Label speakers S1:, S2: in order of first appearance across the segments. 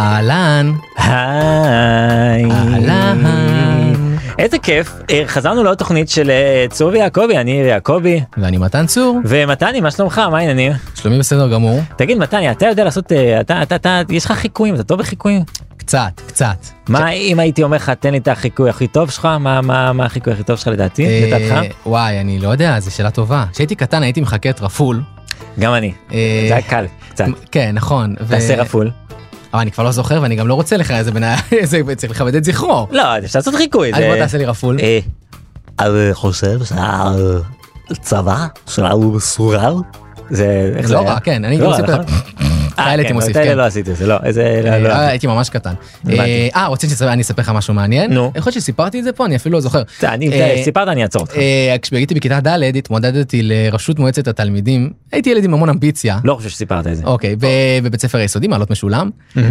S1: אהלן,
S2: היי.
S1: אהלן.
S2: איזה כיף, אה, חזרנו לעוד תוכנית של אה, צור ויעקבי, אני יאיר יעקבי.
S1: ואני מתן צור,
S2: ומתני, מה שלומך? מה העניינים?
S1: שלומי בסדר גמור,
S2: תגיד, מתני, אתה יודע לעשות, אה, אתה, אתה, אתה, יש לך חיקויים, אתה טוב בחיקויים?
S1: קצת, קצת.
S2: מה אם הייתי אומר לך, תן לי את החיקוי הכי טוב שלך, מה, מה, מה החיקוי הכי טוב שלך לדעתי,
S1: אה,
S2: לדעתך?
S1: וואי, אני לא יודע, זו שאלה טובה. כשהייתי קטן הייתי מחכה את רפול.
S2: גם אני,
S1: אה,
S2: זה היה קל, קצת.
S1: כן, נכון. ו-
S2: תעשה רפול.
S1: אבל אני כבר לא זוכר ואני גם לא רוצה לך איזה בנ... איזה- צריך לכבד את זכרו.
S2: לא, אז אפשר לעשות חיקוי.
S1: אז
S2: זה-
S1: בוא תעשה לי רפול.
S2: אה, אני חושב שהצבא שלנו מסורר. זה, איך זה
S1: לא
S2: היה?
S1: רע, כן, אני
S2: לא
S1: גם
S2: רע,
S1: עושה
S2: נכון?
S1: את
S2: אה,
S1: כאלה הייתי
S2: כן,
S1: מוסיף,
S2: אבל את אלה
S1: כן.
S2: לא עשיתי את זה, לא, איזה... לא,
S1: אה,
S2: לא.
S1: אה, הייתי ממש קטן. אה,
S2: הבנתי.
S1: אה, רוצים שאני אספר לך משהו מעניין?
S2: נו.
S1: יכול להיות שסיפרתי את זה פה, אני אפילו לא זוכר.
S2: אתה, אני,
S1: אה,
S2: אתה סיפרת, אני אעצור אותך.
S1: אה, כשהייתי בכיתה ד' התמודדתי לראשות מועצת התלמידים. הייתי ילד עם המון אמביציה.
S2: לא חושב שסיפרת את זה.
S1: אוקיי, ב- בבית ספר היסודי, מעלות משולם. אה,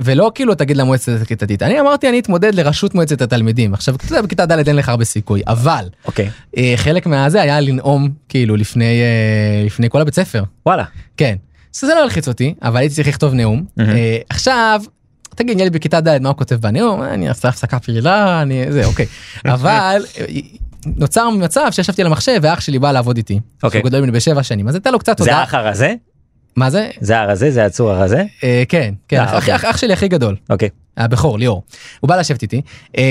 S1: ולא כאילו תגיד למועצת הכיתתית. אני אמרתי, אני אתמודד לראשות מועצת התלמידים. עכשיו, אתה יודע, בכיתה ד' אין לך הרבה סיכוי, אבל
S2: אוקיי.
S1: אה, חלק מהזה היה לנאום, כאילו, לפני אה, לפני כל הבית ספר.
S2: וואלה.
S1: כן. אז זה לא הלחיץ אותי, אבל הייתי צריך לכתוב נאום.
S2: מהמם.
S1: אה, עכשיו, תגיד, ילד בכיתה ד' מה הוא כותב בנאום? אה, אני אעשה הפסקה פעילה, אני... זה, אוקיי. אבל אה, נוצר מצב שישבתי על המחשב ואח שלי בא לעבוד איתי.
S2: אוקיי.
S1: שהוא גדול ממני בשבע שנים, אז הייתה לו קצת
S2: זה
S1: תודה.
S2: האח הרזה?
S1: מה זה?
S2: זה הרזה? זה הצור הרזה?
S1: אה, כן, כן,
S2: אה,
S1: אח-
S2: אוקיי.
S1: אח- אח שלי הכי גדול,
S2: אוקיי.
S1: הבכור, ליאור. הוא בא לשבת איתי. אה,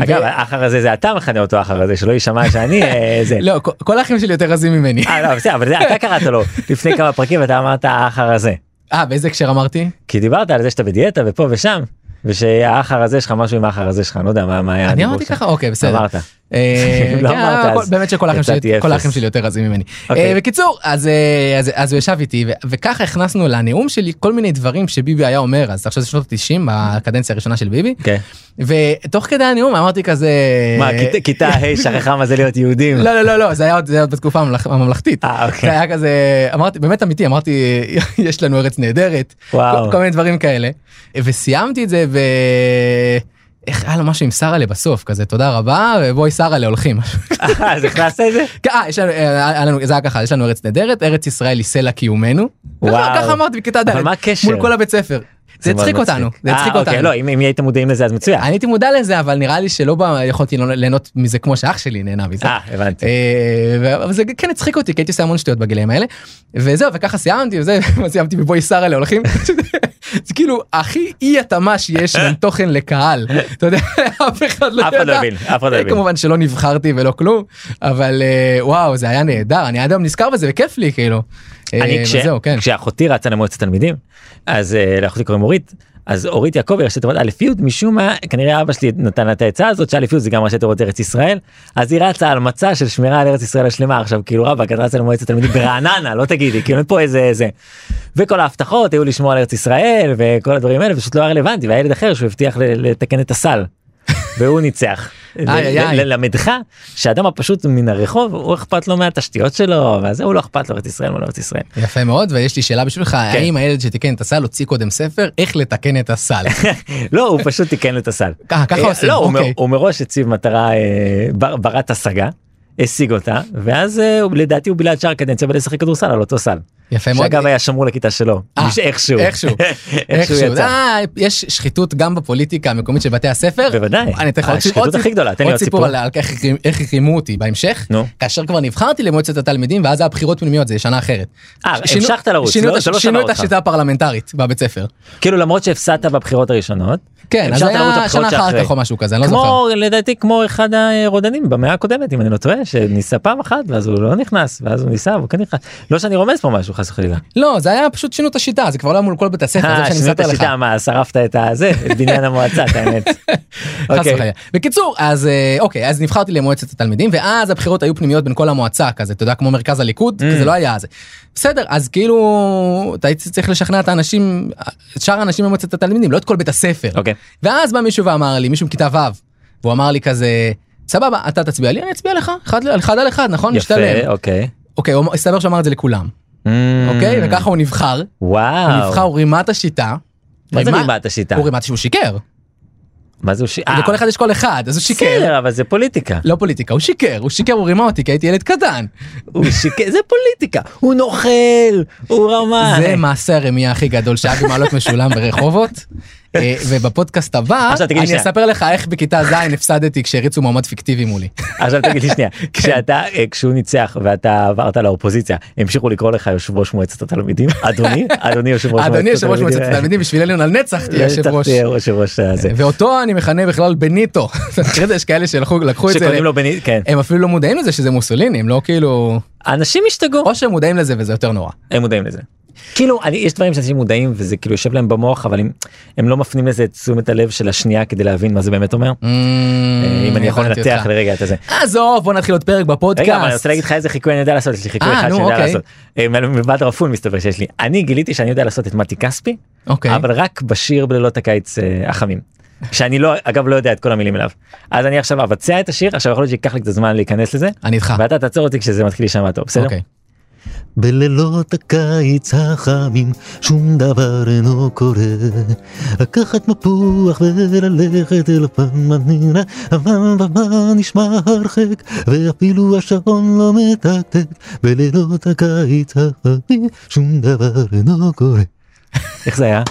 S1: ו-
S2: אגב, האח הרזה זה אתה מכנה אותו האח הרזה, שלא יישמע שאני אה, זה.
S1: לא, כל- כל האחים שלי יותר רזים ממני.
S2: אה, לא, בסדר, אבל זה אתה קראת לו לפני כמה פרקים ואתה אמרת האח הרזה.
S1: אה, באיזה הקשר אמרתי?
S2: כי דיברת על זה שאתה בדיאטה ופה ושם, ושהאח הרזה שלך משהו עם האח הרזה שלך, אני לא יודע מה מה היה.
S1: אני
S2: הדיבור
S1: אמרתי
S2: שלך.
S1: ככה? אוקיי, בסדר.
S2: אמרת.
S1: אה,
S2: לא
S1: כן,
S2: אמרת,
S1: אבל
S2: אז
S1: באמת שכל האחים
S2: יצאתי
S1: שלי- כל
S2: אפס.
S1: האחים שלי יותר רזים ממני.
S2: אוקיי.
S1: אה, בקיצור, אז אה, אז- אז הוא ישב איתי, ו- וככה הכנסנו לנאום שלי כל מיני דברים שביבי היה אומר, אז עכשיו זה שנות ה-90, בקדנציה הראשונה של ביבי,
S2: אוקיי.
S1: ותוך כדי הנאום אמרתי כזה...
S2: מה,
S1: אה,
S2: כיתה- כיתה ה' שכחה מה זה להיות יהודים?
S1: לא, לא, לא, לא, זה היה עוד זה היה עוד בתקופה הממלכ- הממלכתית.
S2: אה, אוקיי.
S1: זה היה כזה, אמרתי, באמת אמיתי, אמרתי, יש לנו ארץ נהדרת,
S2: וואו.
S1: כל- כל מיני דברים כאלה. וסיימתי את זה ו... איך היה לו משהו עם סראלה בסוף, כזה, תודה רבה, ובואי סראלה הולכים.
S2: אה, אז הכנסת את זה?
S1: כן, אה, יש לנו, אה, היה לנו, זה היה ככה, יש לנו ארץ נהדרת, ארץ ישראל היא סלע קיומנו.
S2: וואו.
S1: ככה ככה אמרתי בכיתה ד',
S2: אבל מה הקשר?
S1: מול כל הבית ספר. זה
S2: מאוד
S1: הצחיק
S2: מצחיק.
S1: אותנו, זה
S2: אה,
S1: הצחיק
S2: אוקיי,
S1: אותנו.
S2: לא, אם אם הייתם מודעים לזה אז מצוין.
S1: אני הייתי מודע לזה, אבל נראה לי שלא ב- יכולתי ליהנות מזה כמו שאח שלי נהנה מזה.
S2: אה, הבנתי.
S1: אה, ו- אבל זה כן הצחיק אותי כי הייתי עושה המון שטויות בגילאים האלה וזהו וככה סיימתי וזה סיימתי בבואי שרה אלה הולכים זה כאילו הכי אי התאמה שיש בין תוכן לקהל אתה יודע אף אחד לא
S2: אף אחד לא
S1: ידע.
S2: הבין, אף אחד לא הבין.
S1: כמובן שלא נבחרתי ולא כלום אבל אה, וואו זה היה נהדר אני עד היום נזכר בזה וכיף לי כאילו.
S2: אני
S1: אה,
S2: כש-
S1: וזהו, כן.
S2: כשאחותי רצה למועצת תלמידים, אז אה, לאחותי קוראים אורית, אז אורית יעקבי ראשי תיבות א' י', משום מה כנראה אבא שלי נתן לה את העצה הזאת, שא' י' זה גם ראשי תיבות ארץ ישראל, אז היא רצה על מצע של שמירה על ארץ ישראל השלמה, עכשיו כאילו רבאק את רצה למועצת תלמידים ברעננה, לא תגידי, כאילו אין פה איזה זה. וכל ההבטחות היו לשמור על ארץ ישראל וכל הדברים האלה, פשוט לא היה רלוונטי, והיה ילד אחר שהוא הבטיח ל- לתקן את הסל. והוא ניצח.
S1: איי, איי.
S2: ללמדך שהאדם הפשוט מן הרחוב הוא אכפת לו מהתשתיות שלו וזה הוא לא אכפת לו ארץ ישראל מול ארץ ישראל.
S1: יפה מאוד ויש לי שאלה
S2: כן.
S1: בשבילך האם הילד שתיקן את הסל הוציא קודם ספר איך לתקן את הסל.
S2: לא הוא פשוט תיקן לו את הסל.
S1: ככה ככה
S2: אה,
S1: עושים.
S2: לא, הוא מ-
S1: אוקיי.
S2: הוא מראש הציב מטרה אה, בר- ברת השגה. השיג אותה ואז אה, הוא- לדעתי הוא בילה את שאר הקדנציה ולשחק כדורסל על אותו סל.
S1: יפה מאוד.
S2: שאגב היה שמור לכיתה שלו.
S1: אה,
S2: מש- איכשהו.
S1: איכשהו.
S2: איכשהו יצא.
S1: אה, יש שחיתות גם בפוליטיקה המקומית של בתי הספר.
S2: בוודאי.
S1: אני אתן לך עוד סיפור.
S2: השחיתות הכי גדולה, תן לי עוד סיפור.
S1: על על איך רימ- איך רימו אותי בהמשך.
S2: נו.
S1: כאשר כבר נבחרתי למועצת התלמידים ואז היה בחירות פנימיות זה שנה אחרת.
S2: אה,
S1: שינו-
S2: המשכת לרוץ,
S1: שינו
S2: לא-
S1: את
S2: זה לא
S1: הש- שינו
S2: שמע
S1: את
S2: אותך.
S1: השיטה הפרלמנטרית בבית ספר.
S2: כאילו למרות שהפסדת בבחירות הראשונות.
S1: כן, אז
S2: המשכת לרוץ
S1: היה
S2: לבחירות
S1: שנה אחר
S2: שאחרי.
S1: כך או משהו כזה, אני לא זוכר.
S2: כמו לדעתי כמו אחד הרודנים במאה הקודמת אם אני לא טועה שניסה פעם אחת ואז הוא לא נכנס ואז הוא ניסה והוא כן נכנס לא שאני רומז פה משהו חס וחלילה.
S1: לא, זה היה פשוט שינו את השיטה, זה כבר לא היה מול כל בית הספר, זה מה
S2: אה,
S1: שאני
S2: שינית
S1: מספר לך.
S2: השיטה, מה, שרפת את הזה, את בניין המועצה, את האמת.
S1: חס
S2: אוקיי.
S1: וחלילה. בקיצור, אז אה, אוקיי, אז נבחרתי למועצת התלמידים, ואז הבחירות היו פנימיות בין כל המועצה כזה, אתה יודע, כמו מרכז הליכוד,
S2: Mm.
S1: כי זה לא היה זה. בסדר, אז כאילו, אתה היית צריך לשכנע את האנשים, את שאר האנשים במועצת התלמידים, לא את כל בית הספר.
S2: אוקיי.
S1: ואז בא מישהו ואמר לי, מישהו מכיתה ו', והוא אמר לי כזה, סבבה, אתה תצביע לי, אני אצביע לך, אחד ל- אחד על אחד, נכון?
S2: יפה,
S1: משתלם.
S2: אוקיי.
S1: אוקיי, הוא- הסתבר שהוא אמר את זה לכולם, אוקיי? וככה הוא נבחר, הוא
S2: Mm, וואו.
S1: נבחר, הוא רימה את השיטה.
S2: מה זה
S1: רימה-
S2: רימת השיטה?
S1: הוא רימת שהוא שיקר.
S2: מה זה הוא ש... אה,
S1: לכל אחד כן. יש קול אחד, אז הוא שיקר.
S2: בסדר, אבל זה פוליטיקה.
S1: לא פוליטיקה, הוא שיקר, הוא שיקר, הוא רימה אותי כי הייתי ילד קטן.
S2: הוא שיקר, זה פוליטיקה. הוא נוכל, הוא רמה.
S1: זה מעשה הרמייה הכי גדול שהיה במעלות משולם ברחובות. אה, ובפודקאסט הבא,
S2: עכשיו תגיד לי
S1: אני
S2: שנייה.
S1: אספר לך איך בכיתה ז' הפסדתי כשהריצו מועמד פיקטיבי מולי.
S2: עכשיו תגיד לי שנייה,
S1: כן.
S2: כשאתה, אה, כשהוא ניצח ואתה עברת לאופוזיציה, המשיכו לקרוא לך יושב ראש מועצת התלמידים? אדוני? אדוני יושב ראש מועצת התלמידים? לא,
S1: אדוני יושב ראש מועצת התלמידים, בשבילנו על נצח תהיה יושב
S2: בטח
S1: ראש.
S2: תהיה יושב ראש הזה.
S1: ואותו אני מכנה בכלל בניטו. תראה, יש כאלה שלקחו את זה,
S2: שקוראים לו בני... כן.
S1: הם אפילו לא מודעים לזה שזה מוסוליני, הם לא כאילו...
S2: אנשים השתגעו.
S1: או שהם מודעים לזה וזה יותר נורא.
S2: הם מודעים לזה. כאילו אני, יש דברים שאנשים מודעים וזה כאילו יושב להם במוח אבל הם, הם לא מפנים לזה את תשומת הלב של השנייה כדי להבין מה זה באמת אומר. אה, אם אני יכול
S1: Mm, הבנתי
S2: לנתח
S1: אותך.
S2: לרגע את הזה.
S1: עזוב, בוא נתחיל עוד פרק בפודקאסט.
S2: רגע, אבל אני רוצה להגיד לך איזה חיקוי אני יודע לעשות, יש לי חיקוי
S1: אה,
S2: אחד
S1: נו,
S2: שאני יודע
S1: אוקיי.
S2: לעשות. אה, מ- מלבד רפול מסתבר שיש לי. אני גיליתי שאני יודע לעשות את מתי כספי,
S1: אוקיי.
S2: אבל רק בשיר בלילות הקיץ אה, החמים. שאני לא, אגב, לא יודע את כל המילים אליו. אז אני עכשיו אבצע את השיר, עכשיו יכול להיות שייקח לי קצת זמן להיכנס לזה,
S1: אני איתך.
S2: ואתה תעצור אותי כשזה מתחיל להישמע טוב, בסדר?
S1: אה. אוקיי.
S3: בלילות הקיץ החמים שום דבר אינו קורה לקחת מפוח וללכת אל הפנמנינה אבל במה נשמע הרחק ואפילו השעון לא מתקתק בלילות הקיץ החמים שום דבר אינו קורה
S2: איך זה היה?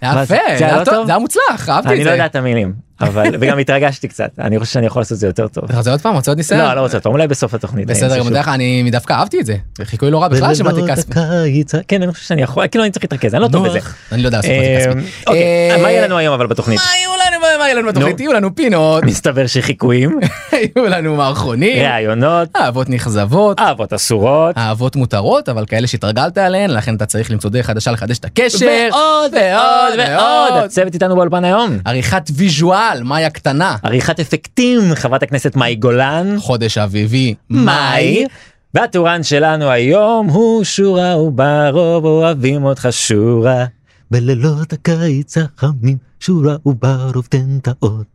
S1: היה
S2: מה
S1: יפה,
S2: זה? זה
S1: זה
S2: היה
S1: היה
S2: לא
S1: טוב,
S2: טוב?
S1: זה היה מוצלח, אהבתי את זה.
S2: אני לא יודע את המילים, אבל, וגם התרגשתי קצת, אני חושב שאני יכול לעשות את זה יותר טוב.
S1: רוצה עוד פעם, רוצה עוד ניסיון?
S2: לא, לא רוצה אותו, אולי בסוף התוכנית. אני
S1: בסדר,
S2: אנסה
S1: גם
S2: שוב.
S1: דרך אני דווקא אהבתי את זה. זה חיקוי לא רע בכלל שמעתי
S3: בלילות
S1: כספי.
S3: הקיץ ה-
S2: כן, אני חושב שאני יכול, כאילו אני צריך להתרכז, אני לא טוב בזה.
S1: אני לא יודע לעשות מתי
S2: אה,
S1: כספי.
S2: אוקיי,
S1: אה,
S2: מה יהיה לנו היום אבל בתוכנית?
S1: מה יהיו לנו, מה- מה יהיה לנו בתוכנית?
S2: נו.
S1: יהיו לנו פינות,
S2: מסתבר שחיקויים,
S1: יהיו לנו מערכונים,
S2: ראיונות,
S1: אהבות נכזבות,
S2: אהבות אסורות,
S1: אהבות מותרות, אבל כאלה שהתרגלת עליהן, לכן אתה צריך למצוא דרך חדשה לחדש את הקשר.
S2: ועוד ועוד ועוד. הצוות איתנו באולפן היום.
S1: עריכת ויז'ואל, מאי הקטנה.
S2: עריכת אפקטים, חברת הכנסת מאי גולן.
S1: חודש אביבי, מאי.
S2: מאי. והטורן שלנו היום הוא שורה וברוב אוהבים אותך שורה.
S3: בלילות הקיץ החמים שורה וברוב תנתאות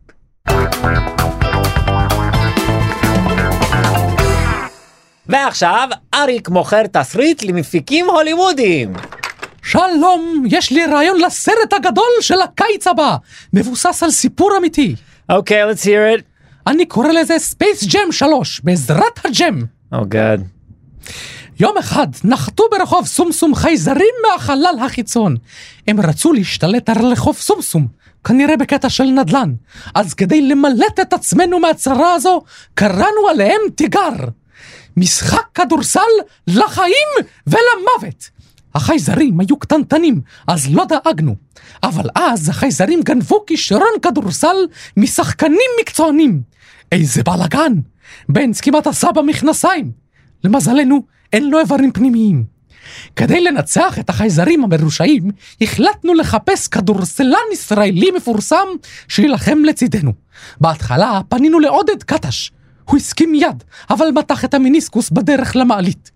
S2: ועכשיו אריק מוכר תסריט למפיקים הוליוודיים.
S1: שלום, יש לי רעיון לסרט הגדול של הקיץ הבא, מבוסס על סיפור אמיתי.
S2: אוקיי, let's hear it.
S1: אני קורא לזה ספייס ג'ם 3, בעזרת הג'ם.
S2: Oh god.
S1: יום אחד נחתו ברחוב סומסום חייזרים מהחלל החיצון. הם רצו להשתלט על רחוב סומסום, כנראה בקטע של נדל"ן. אז כדי למלט את עצמנו מהצרה הזו, קראנו עליהם תיגר. משחק כדורסל לחיים ולמוות. החייזרים היו קטנטנים, אז לא דאגנו. אבל אז החייזרים גנבו כישרון כדורסל משחקנים מקצוענים. איזה בלאגן! בנץ כמעט עשה במכנסיים. למזלנו, אין לו איברים פנימיים. כדי לנצח את החייזרים המרושעים, החלטנו לחפש כדורסלן ישראלי מפורסם שיילחם לצידנו. בהתחלה פנינו לעודד קטש. הוא הסכים מיד, אבל מתח את המיניסקוס בדרך למעלית.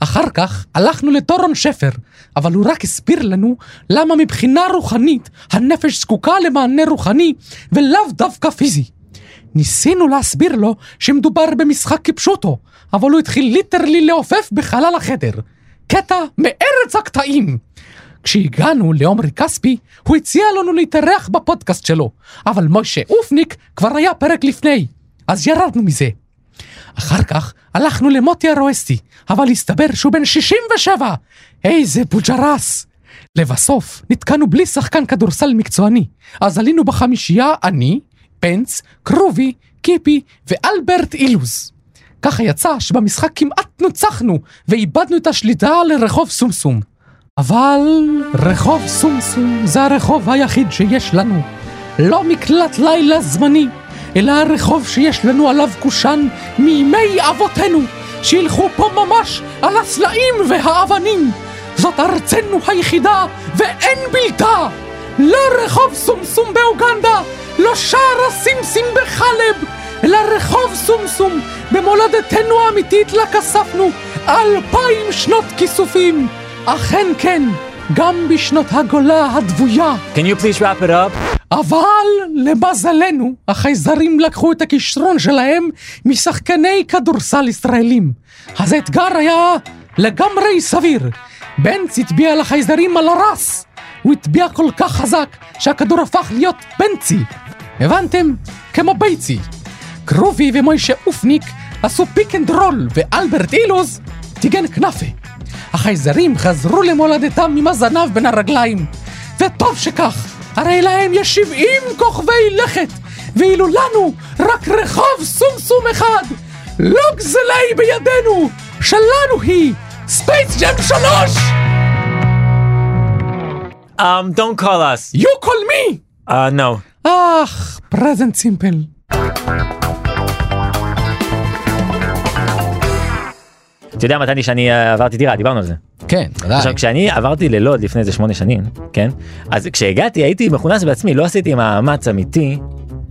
S1: אחר כך הלכנו לטורון שפר, אבל הוא רק הסביר לנו למה מבחינה רוחנית הנפש זקוקה למענה רוחני ולאו דווקא פיזי. ניסינו להסביר לו שמדובר במשחק כפשוטו, אבל הוא התחיל ליטרלי לעופף בחלל החדר. קטע מארץ הקטעים. כשהגענו לעומרי כספי, הוא הציע לנו להתארח בפודקאסט שלו, אבל מוישה אופניק כבר היה פרק לפני, אז ירדנו מזה. אחר כך הלכנו למוטי הרואסטי, אבל הסתבר שהוא בן 67! איזה בוג'רס! לבסוף נתקענו בלי שחקן כדורסל מקצועני, אז עלינו בחמישייה אני, פנץ, קרובי, קיפי ואלברט אילוז. ככה יצא שבמשחק כמעט נוצחנו ואיבדנו את השליטה לרחוב סומסום. אבל רחוב סומסום זה הרחוב היחיד שיש לנו. לא מקלט לילה זמני, אלא הרחוב שיש לנו עליו קושאן מימי אבותינו, שילכו פה ממש על הסלעים והאבנים. זאת ארצנו היחידה ואין בלתה. לא רחוב סומסום באוגנדה, לא שער הסימסים בחלב, אלא רחוב סומסום במולדתנו האמיתית לה כספנו אלפיים שנות כיסופים. אכן כן, גם בשנות הגולה הדבויה.
S2: Can you please wrap it up?
S1: אבל למזלנו, החייזרים לקחו את הכישרון שלהם משחקני כדורסל ישראלים. אז האתגר היה לגמרי סביר. בנץ הטביע לחייזרים על הרס. הוא הטביע כל כך חזק שהכדור הפך להיות בנצי. הבנתם? כמו בייצי. קרובי ומוישה אופניק עשו פיק אנד רול, ואלברט אילוז טיגן כנאפה. החייזרים חזרו למולדתם עם הזנב בין הרגליים. וטוב שכך, הרי להם יש 70 כוכבי לכת, ואילו לנו רק רחוב סומסום אחד. לא גזלי בידינו, שלנו היא ספייס ג'ם 3!
S2: Um, don't call us.
S1: You call me!
S2: Uh, no.
S1: אך, פרזנט סימפל.
S2: אתה יודע מתי אני- שאני אה, עברתי דירה, דיברנו על זה.
S1: כן,
S2: עכשיו כשאני עברתי ללוד לפני איזה שמונה שנים, כן? אז כשהגעתי הייתי מכונס בעצמי, לא עשיתי מאמץ אמיתי.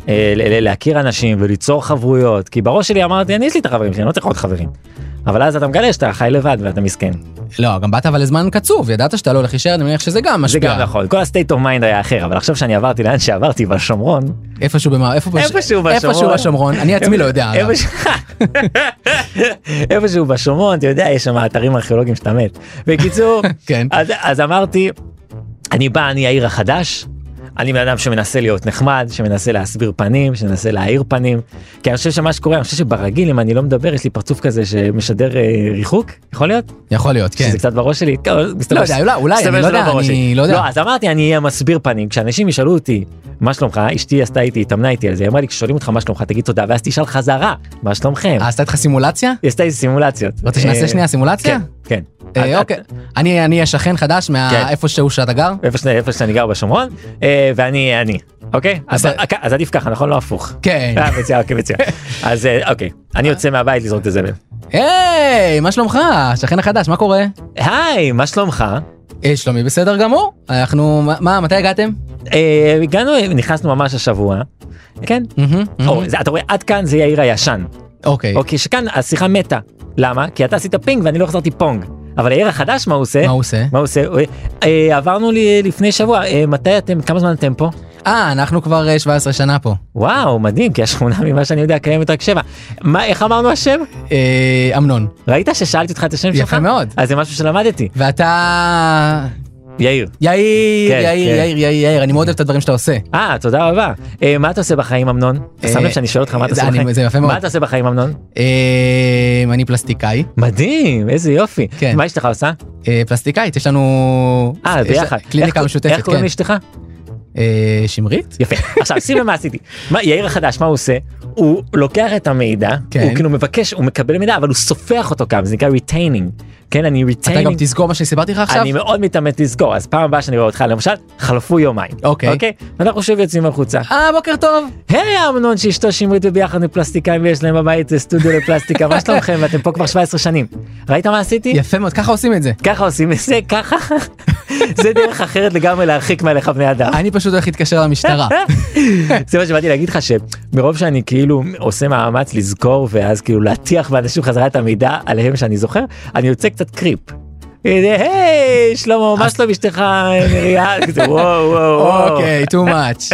S2: אה, ל- ל- להכיר אנשים וליצור חברויות כי בראש שלי אמרתי אני יש לי את החברים שלי אני לא צריך עוד חברים אבל אז אתה מגלה שאתה חי לבד ואתה מסכן
S1: לא, גם באת אבל לזמן קצוב, ידעת שאתה לא הולך להישאר, אני מניח שזה גם
S2: זה
S1: משפיע.
S2: גם נכון כל ה-state of mind היה אחר אבל עכשיו שאני עברתי לאן שעברתי בשומרון
S1: איפשהו במ... איפה בש-
S2: איפשהו בשומרון.
S1: איפשהו בשומרון, אני עצמי לא יודע. אגב.
S2: איפשהו- איפשהו בשומרון אתה יודע יש שם אתרים ארכיאולוגיים שאתה מת בקיצור
S1: כן.
S2: אז, אז אמרתי אני בא אני העיר החדש. אני בן אדם שמנסה להיות נחמד, שמנסה להסביר פנים, שמנסה להאיר פנים. כי אני חושב שמה שקורה, אני חושב שברגיל, אם אני לא מדבר, יש לי פרצוף כזה שמשדר אה, ריחוק, יכול להיות?
S1: יכול להיות, כן.
S2: שזה קצת בראש שלי? לא, מסתבר
S1: לא יודע,
S2: ש-
S1: אולי, אולי,
S2: מסתבר
S1: אני לא
S2: שזה
S1: יודע,
S2: בראש
S1: אני
S2: שלי.
S1: לא יודע.
S2: לא, אז אמרתי, אני אהיה מסביר פנים. כשאנשים ישאלו אותי, מה שלומך? אשתי עשתה איתי, התאמנה איתי על זה, היא אמרה לי, כששואלים אותך מה שלומך, תגיד תודה, ואז תשאל חזרה, מה שלומכם?
S1: אה, עשתה איתך סימולציה?
S2: היא עשתה איזה סימולציות.
S1: רוצה שנעשה
S2: אה,
S1: שנייה סימולציה?
S2: כן, כן.
S1: אה,
S2: את-
S1: אוקיי. אני אני השכן חדש
S2: כן.
S1: מאיפה שהוא שאתה גר?
S2: איפה שאני, איפה שאני גר בשומרון, אה, ואני אהיה אני, אוקיי? אז,
S1: בסדר.
S2: אז עדיף ככה, נכון? לא הפוך.
S1: כן.
S2: אה, מצוין, אוקיי, מצוין. אז אה, אוקיי, אני יוצא מהבית לזרוק את הזבל. אה.
S1: היי, מה שלומך? השכן החדש, מה קורה?
S2: היי, מה שלומך?
S1: אה, שלומי בסדר גמור. אנחנו, מה- מה, מתי הגעתם?
S2: אה, הגענו, נכנסנו ממש השבוע, כן?
S1: מהמם,
S2: או,
S1: מהמם.
S2: זה- אתה רואה, עד כאן זה יאיר הישן.
S1: אוקיי.
S2: אוקיי, שכאן השיחה מתה. למה? כי אתה עשית פינג ואני לא החזרתי פונג. אבל יאיר החדש, מה הוא עושה?
S1: מה הוא עושה?
S2: מה הוא עושה? הוא- אה, עברנו לי לפני שבוע, אה, מתי אתם, כמה זמן אתם פה?
S1: אה, אנחנו כבר אה, 17 שנה פה.
S2: וואו, מדהים, כי השכונה ממה שאני יודע קיימת רק שבע. מה, איך אמרנו השם?
S1: אה, אמנון.
S2: ראית ששאלתי אותך את השם שלך?
S1: יפה מאוד.
S2: אז זה משהו שלמדתי.
S1: ואתה...
S2: יאיר.
S1: יאיר,
S2: כן,
S1: יאיר,
S2: כן.
S1: יאיר, יאיר, יאיר, אני מאוד אוהב את הדברים שאתה עושה.
S2: אה, תודה רבה. אה, מה אתה עושה בחיים, אמנון? אתה שם
S1: אה,
S2: לב שאני שואל אותך מה אתה
S1: זה
S2: עושה
S1: אני-
S2: בחיים?
S1: זה יפה מאוד.
S2: מה אתה עושה בחיים, אמנון?
S1: אה, אני פלסטיקאי,
S2: מדהים, איזה יופי.
S1: כן.
S2: מה אשתך עושה?
S1: אה, פלסטיקאית, יש לנו...
S2: אה,
S1: יש-
S2: ביחד.
S1: קליניקה
S2: איך-
S1: משותפת,
S2: איך קוראים
S1: כן.
S2: לאשתך?
S1: אה, שמרית?
S2: יפה. עכשיו שים לב מה עשיתי. מה, יאיר החדש, מה הוא עושה? הוא לוקח את המידע,
S1: כן.
S2: הוא כאילו מבקש, הוא מקבל מידע, אבל הוא סופח אותו גם, זה נקרא ריטיינינג. כן, אני
S1: אתה גם
S2: ריטיינינג.
S1: תזכור מה שסיפרתי לך עכשיו?
S2: אני מאוד מתאמץ לזכור, אז פעם הבאה שאני רואה אותך, למשל, חלפו יומיים.
S1: אוקיי.
S2: אוקיי? אנחנו שוב יוצאים החוצה.
S1: אה, בוקר טוב.
S2: היי אמנון שאשתו שמרית וביחד מפלסטיקאים ויש להם בבית אה, סטודיו לפלסטיקה מה שלומכם ואתם פה כבר 17 שנים ראית מה עשיתי?
S1: יפה מאוד, ככה עושים את זה.
S2: ככה עושים את זה ככה זה דרך אחרת לגמרי להרחיק מעליך בני אדם.
S1: אני פשוט הולך להתקשר למשטרה.
S2: זה מה שבאתי להגיד לך שמרוב שאני כאילו עושה מאמץ לזכור ואז כאילו להטיח באנשים חזרה את המידע עליהם שאני זוכר אני יוצא קצת קריפ. הנה, היי שלמה מה שלום אשתך נריה כזה, וואו וואו וואו.
S1: אוקיי, too much.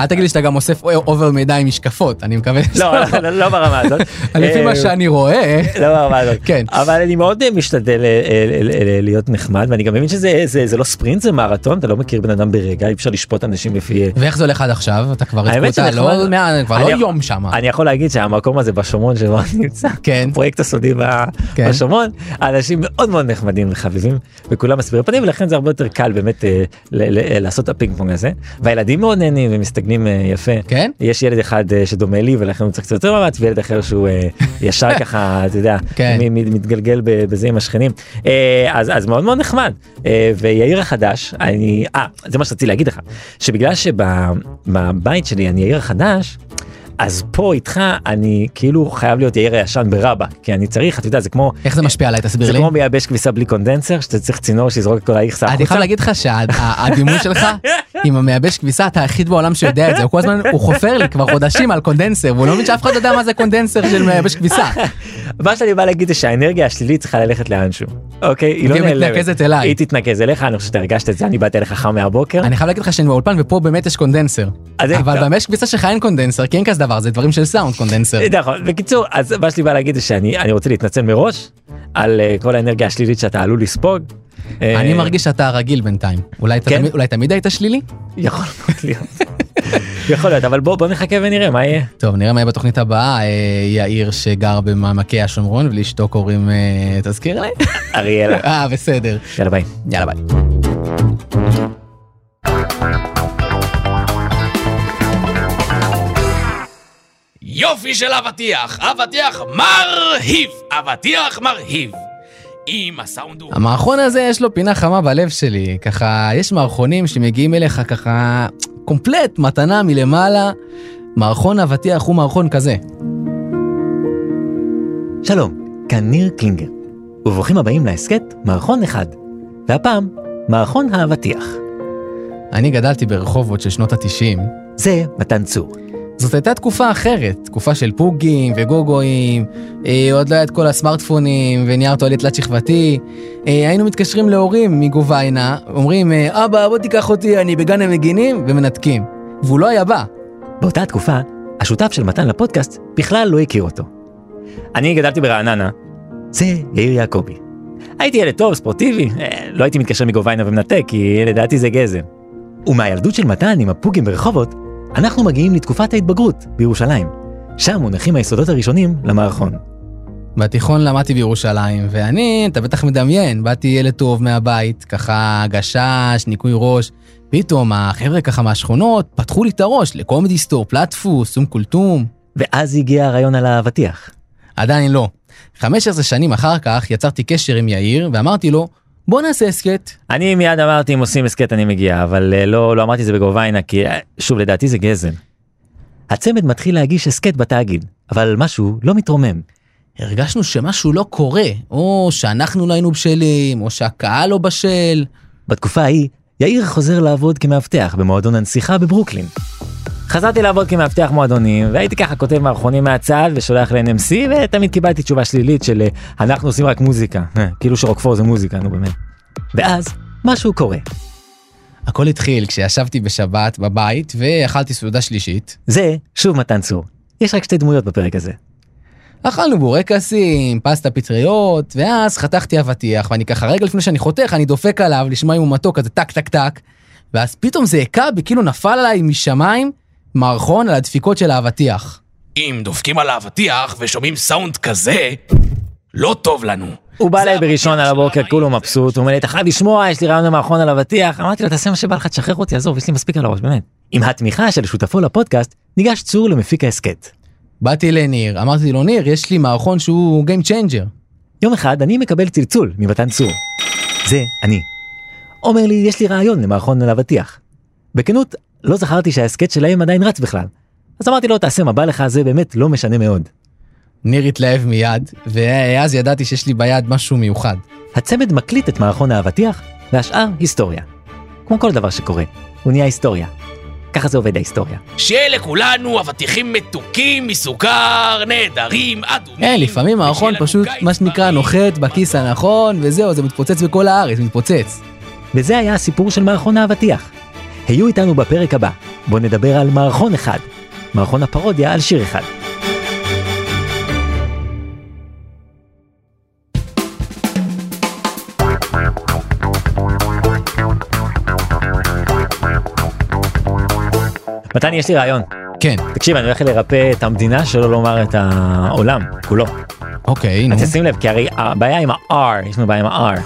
S1: אל תגיד לי שאתה גם אוסף אובר מידע עם משקפות, אני מקווה.
S2: לא לא, לא, לא ברמה הזאת.
S1: לפי מה
S2: אה,
S1: שאני רואה,
S2: לא ברמה הזאת.
S1: כן.
S2: אבל אני מאוד אה, משתדל אה, אה, אה, אה, להיות נחמד ואני גם מבין שזה זה, זה לא ספרינט זה מרתון אתה לא מכיר בן אדם ברגע אי אפשר לשפוט אנשים לפי. אה,
S1: ואיך זה הולך עד עכשיו? אתה כבר
S2: האמת
S1: התפוטה,
S2: שנחמד.
S1: לא מאה- כבר
S2: אני-
S1: לא יום שם.
S2: אני יכול להגיד שהמקום הזה בשומרון שבו אני נמצא,
S1: כן.
S2: הפרויקט הסודי ב-
S1: כן.
S2: בשומרון, אנשים מאוד מאוד נחמדים וחביבים וכולם מסבירי פנים ולכן זה הרבה יותר קל באמת אה, ל- ל- לעשות את הפינג פונג הזה והילדים מאוד נהנים ומסתגנים אה, יפה.
S1: כן?
S2: יש ילד אחד אה, שדומה לי ולכן הוא צריך קצת יותר מאמץ וילד אחר שהוא אה, ישר ככה אתה יודע
S1: כן.
S2: מ- מ- מתגלגל ב- בזה עם השכנים אה, אז אז מאוד מאוד נחמד אה, ויאיר החדש אני אה זה מה שרציתי להגיד לך שבגלל שבבית שלי אני יאיר החדש. אז פה איתך אני כאילו חייב להיות יאיר הישן ברבה כי אני צריך אתה יודע זה כמו
S1: איך זה משפיע עליי? תסביר
S2: זה
S1: לי.
S2: כמו מייבש כביסה בלי קונדנסר שאתה צריך צינור שיזרוק את כל האיכסה
S1: אני
S2: החוצה.
S1: חייב להגיד לך שהדימוי שלך עם המייבש כביסה, אתה היחיד בעולם שיודע את זה, הוא כל הזמן, הוא חופר לי כבר חודשים על קונדנסר, והוא לא מבין שאף אחד לא יודע מה זה קונדנסר של מייבש כביסה.
S2: מה שאני בא להגיד זה שהאנרגיה השלילית צריכה ללכת לאנשהו, אוקיי? היא לא
S1: והיא
S2: נעלמת.
S1: מתנקזת אליי.
S2: היא תתנקז אליך, אני חושב שאתה הרגשת את זה, אני באתי אליך חם מהבוקר.
S1: אני חייב להגיד לך שאני באולפן ופה באמת יש קונדנסר.
S2: אז אין-
S1: אבל
S2: לא.
S1: במייבש כביסה שלך אין קונדנסר, כי אין כזה דבר, זה דברים של סאונד קונדנסר.
S2: נכון, בקיצור, אז מה שלי בא להגיד זה שאני אני רוצה להתנצל מראש על אה, כל האנרגיה השלילית שאתה עלול לספוג. אה,
S1: אני מרגיש שאתה רגיל בינתיים. אולי אתה
S2: כן?
S1: תמיד- אולי תמיד היית שלילי?
S2: יכול מאוד להיות. יכול להיות, אבל בוא בוא נחכה ונראה מה יהיה.
S1: טוב, נראה מה יהיה בתוכנית הבאה. אה, יאיר שגר במעמקי השומרון ולאשתו קוראים... אה, תזכיר לי?
S2: אריאלה,
S1: אה, בסדר.
S2: יאללה ביי.
S1: יאללה ביי.
S4: יופי של אבטיח, אבטיח מרהיב, אבטיח מרהיב. אם הסאונד הוא...
S1: המערכון הזה יש לו פינה חמה בלב שלי. ככה, יש מערכונים שמגיעים אליך ככה קומפלט, מתנה מלמעלה. מערכון אבטיח הוא מערכון כזה.
S2: שלום, כאן ניר קלינגר, וברוכים הבאים להסכת מערכון אחד, והפעם, מערכון האבטיח.
S1: אני גדלתי ברחובות של שנות התשעים.
S2: זה מתן צור.
S1: זאת הייתה תקופה אחרת, תקופה של פוגים וגוגואים, אה, עוד לא היה את כל הסמארטפונים ונייר טואלט תלת שכבתי. אה, היינו מתקשרים להורים מגוביינה, אומרים, אה, אבא, בוא תיקח אותי, אני בגן המגינים, ומנתקים. והוא לא היה בא.
S2: באותה התקופה, השותף של מתן לפודקאסט בכלל לא הכיר אותו. אני גדלתי ברעננה, זה יאיר יעקבי. הייתי ילד טוב, ספורטיבי, אה, לא הייתי מתקשר מגוביינה ומנתק, כי לדעתי זה גזם. ומהילדות של מתן עם הפוגים ברחובות, אנחנו מגיעים לתקופת ההתבגרות בירושלים. שם מונחים היסודות הראשונים למערכון.
S1: בתיכון למדתי בירושלים, ואני, אתה בטח מדמיין, באתי ילד טוב מהבית, ככה גשש, ניקוי ראש. פתאום החבר'ה ככה מהשכונות פתחו לי את הראש לקומדי סטור, פלטפוס, אום כולתום.
S2: ואז הגיע הרעיון על האבטיח.
S1: עדיין לא. 15 שנים אחר כך יצרתי קשר עם יאיר ואמרתי לו, בוא נעשה הסכת.
S2: אני מיד אמרתי אם עושים הסכת אני מגיע אבל אה, לא לא אמרתי את זה בגוביינה כי אה, שוב לדעתי זה גזם. הצמד מתחיל להגיש הסכת בתאגיד אבל משהו לא מתרומם.
S1: הרגשנו שמשהו לא קורה, או שאנחנו לא היינו בשלים, או שהקהל לא בשל.
S2: בתקופה ההיא יאיר חוזר לעבוד כמאבטח במועדון הנסיכה בברוקלין. חזרתי לעבוד כמאבטח מועדונים והייתי ככה כותב מערכונים מהצד ושולח ל-NMC ותמיד קיבלתי תשובה שלילית של אה, אנחנו עושים רק מוזיקה אה, כאילו שרוקפור זה מוזיקה נו באמת. ואז משהו קורה
S1: הכל התחיל כשישבתי בשבת בבית ואכלתי סעודה שלישית.
S2: זה שוב מתן צור יש רק שתי דמויות בפרק הזה
S1: אכלנו בורקסים, פסטה פטריות, ואז חתכתי אבטיח, ואני ככה רגע לפני שאני חותך, אני דופק עליו לשמוע אם הוא מתוק, כזה טק טק טק, ואז פתאום זה הכה בי, כאילו נפל עליי משמיים מערכון על הדפיקות של האבטיח.
S4: אם דופקים על האבטיח ושומעים סאונד כזה, לא טוב לנו.
S2: הוא בא
S4: זה
S2: אליי
S4: האבטיח
S2: בראשון על
S4: של
S2: הבוקר,
S4: הרעיון.
S2: כולו מבסוט, הוא אומר לי, אתה חייב לשמוע, יש לי רעיון למערכון על אבטיח. אמרתי לו, תעשה מה שבא לך, תשחרר אותי, עזוב, יש לי מספיק על הראש, באמת. עם התמיכה של שותפו לפודקאסט, ניגש צור למפיק ההסכת.
S1: באתי לניר, אמרתי לו, ניר, יש לי מערכון שהוא Game Changer.
S2: יום אחד אני מקבל צלצול ממתן צור. זה אני. אומר לי, יש לי רעיון למערכון על אבטיח. בכנות, לא זכרתי שההסכת שלהם עדיין רץ בכלל. אז אמרתי לו, תעשה מה בא לך, זה באמת לא משנה מאוד.
S1: ניר התלהב מיד, ואז ידעתי שיש לי ביד משהו מיוחד.
S2: הצמד מקליט את מערכון האבטיח, והשאר היסטוריה. כמו כל דבר שקורה, הוא נהיה היסטוריה. ככה זה עובד ההיסטוריה.
S4: שיהיה לכולנו אבטיחים מתוקים מסוכר, נהדרים, אדומים.
S1: כן, לפעמים מערכון
S4: ושיהיה לנו
S1: פשוט,
S4: קיץ
S1: מה שנקרא,
S4: בריא.
S1: נוחת בכיס הנכון, וזהו, זה מתפוצץ בכל הארץ, מתפוצץ.
S2: וזה היה הסיפור של מערכון האבטיח. היו איתנו בפרק הבא, בו נדבר על מערכון אחד, מערכון הפרודיה על שיר אחד. מתן, יש לי רעיון.
S1: כן,
S2: תקשיב, אני הולך לרפא את המדינה, שלא לומר את העולם כולו.
S1: אוקיי, נו.
S2: אז תשים לב, כי הרי הבעיה עם ה-R, יש לנו בעיה עם ה-R,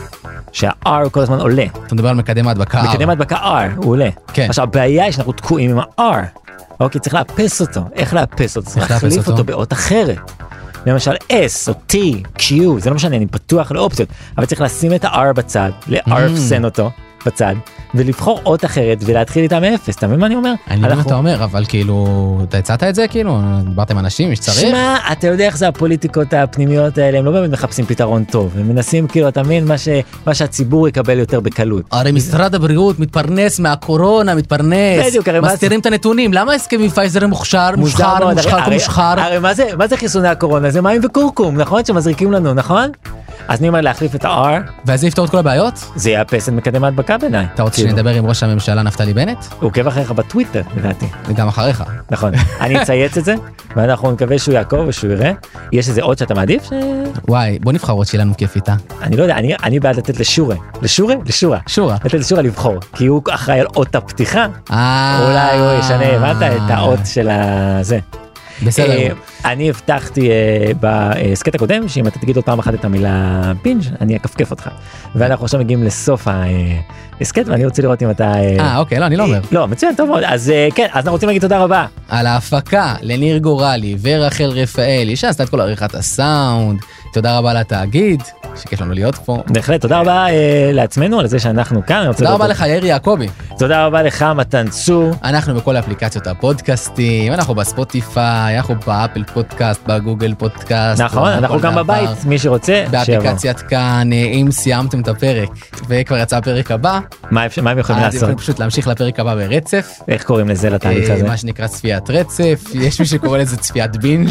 S2: שה-R כל הזמן עולה.
S1: אתה מדבר על מקדם ההדבקה.
S2: מקדם ההדבקה R, הוא עולה.
S1: כן.
S2: עכשיו הבעיה היא שאנחנו תקועים עם ה-R. אוקיי, צריך לאפס אותו. איך לאפס אותו? צריך
S1: איך לאפס
S2: להחליף
S1: אותו?
S2: אותו באות אחרת. למשל S או T, Q,
S1: Mm.
S2: זה לא משנה, אני פתוח לאופציות. אבל צריך לשים את ה-R בצד, לארפסן אותו בצד, ולבחור אות אחרת ולהתחיל איתה מאפס, אתה מבין מה אני אומר?
S1: אני מבין מה
S2: אנחנו-
S1: אתה אומר, אבל כאילו, אתה הצעת את זה כאילו? דיברתם עם אנשים, מי שצריך?
S2: שמע, אתה יודע איך זה הפוליטיקות הפנימיות האלה, הם לא באמת מחפשים פתרון טוב, הם מנסים כאילו, אתה מבין, מה, ש... מה שהציבור יקבל יותר בקלות.
S1: הרי משרד הבריאות מתפרנס מהקורונה, מתפרנס,
S2: בדיוק, הרי מה זה-
S1: מסתירים את הנתונים, למה הסכם עם פייזר מוכשר,
S2: מוזר
S1: מושחר,
S2: מאוד, הרי-
S1: מושחר,
S2: הרי-
S1: מושחר?
S2: הרי מה זה, מה זה חיסוני הקורונה? זה מים וכורכום, נכון? שמזריקים לנו, נכון? אז אני אומר להחליף את ה-R,
S1: ואז זה יפתור את כל הבעיות?
S2: זה יאפס את מקדם ההדבקה בעיניי.
S1: אתה רוצה
S2: כאילו,
S1: שנדבר עם ראש הממשלה נפתלי בנט?
S2: הוא עוקב אחריך בטוויטר, לדעתי.
S1: וגם אחריך.
S2: נכון. אני אצייץ את זה, ואנחנו נקווה שהוא יעקוב ושהוא יראה. יש איזה עוד שאתה מעדיף? ש-
S1: וואי, בוא נבחר עוד שאלה נוקפית, אה?
S2: אני לא יודע, אני, אני בעד לתת לשורה. לשורה? לשורה.
S1: שורה.
S2: לתת לשורה לבחור, כי הוא אחראי על אות הפתיחה,
S1: אה...
S2: אולי הוא ישנה, הבנת? את האות של הזה.
S1: בסדר.
S2: אה, אני הבטחתי אה, בהסכת הקודם, שאם אתה תגיד עוד פעם אחת את המילה פינג', אני אכפכף אותך. ואנחנו עכשיו מגיעים לסוף ההסכת, ואני רוצה לראות אם אתה...
S1: אה, אוקיי, לא, אני לא אומר.
S2: לא, מצוין, טוב מאוד. אז אה, כן, אז אנחנו רוצים להגיד תודה רבה.
S1: על ההפקה לניר גורלי ורחל רפאלי, שעשתה את כל עריכת הסאונד. תודה רבה לתאגיד, שכיף לנו להיות פה.
S2: בהחלט, תודה רבה אה, לעצמנו על זה שאנחנו כאן. אני רוצה
S1: תודה רבה
S2: להודות-
S1: לך, יאיר יעקבי.
S2: תודה רבה לך, מתן צור.
S1: אנחנו בכל אפליקציות הפודקאסטים, אנחנו בספוטיפיי, אנחנו באפל פודקאסט, בגוגל פודקאסט.
S2: נכון,
S1: בכל
S2: אנחנו גם
S1: דבר.
S2: בבית, מי שרוצה, שיבוא.
S1: באפליקציית כאן, אה, אם סיימתם את הפרק וכבר יצא הפרק הבא,
S2: מה אפשר- מה הם יכולים
S1: אז
S2: לעשות?
S1: יכולים פשוט להמשיך לפרק הבא ברצף.
S2: איך קוראים לזה לתהליך
S1: אה,
S2: הזה?
S1: מה שנקרא צפיית רצף, יש מי שקורא לזה צפיית בינג'.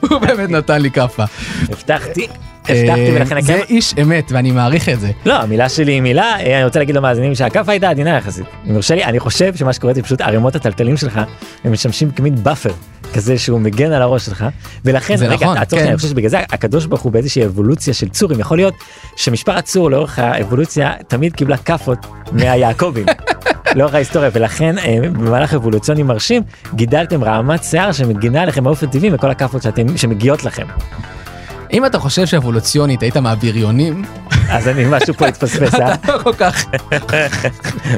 S1: הוא באמת נתן לי כאפה.
S2: הבטחתי, הבטחתי
S1: אה,
S2: ולכן
S1: זה
S2: הקמתי.
S1: איש אמת ואני מעריך את זה.
S2: לא, המילה שלי היא מילה, אה, אני רוצה להגיד למאזינים שהכף הייתה עדינה יחסית. אם יורשה לי, אני חושב שמה שקורה זה פשוט ערימות הטלטלים שלך, הם משמשים כמין באפר, כזה שהוא מגן על הראש שלך, ולכן,
S1: זה
S2: רגע,
S1: נכון,
S2: תעצור
S1: כן.
S2: שנייה, אני חושב שבגלל זה הקדוש ברוך הוא באיזושהי אבולוציה של צורים, יכול להיות שמשפחת צור לאורך האבולוציה תמיד קיבלה כאפות מהיעקבים. לאורך ההיסטוריה ולכן אה, במהלך אבולוציוני מרשים גידלתם רעמת שיער שמגינה עליכם באופן טבעי מכל הכאפות שאתם- שמגיעות לכם
S1: אם אתה חושב שאבולוציונית היית מהבריונים,
S2: אז אני משהו פה התפספס אה?
S1: אתה לא כל כך...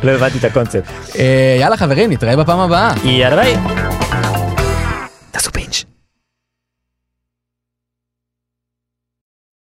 S2: לא הבנתי את הקונספט
S1: אה, יאללה חברים, נתראה בפעם הבאה.
S2: יאללה ביי.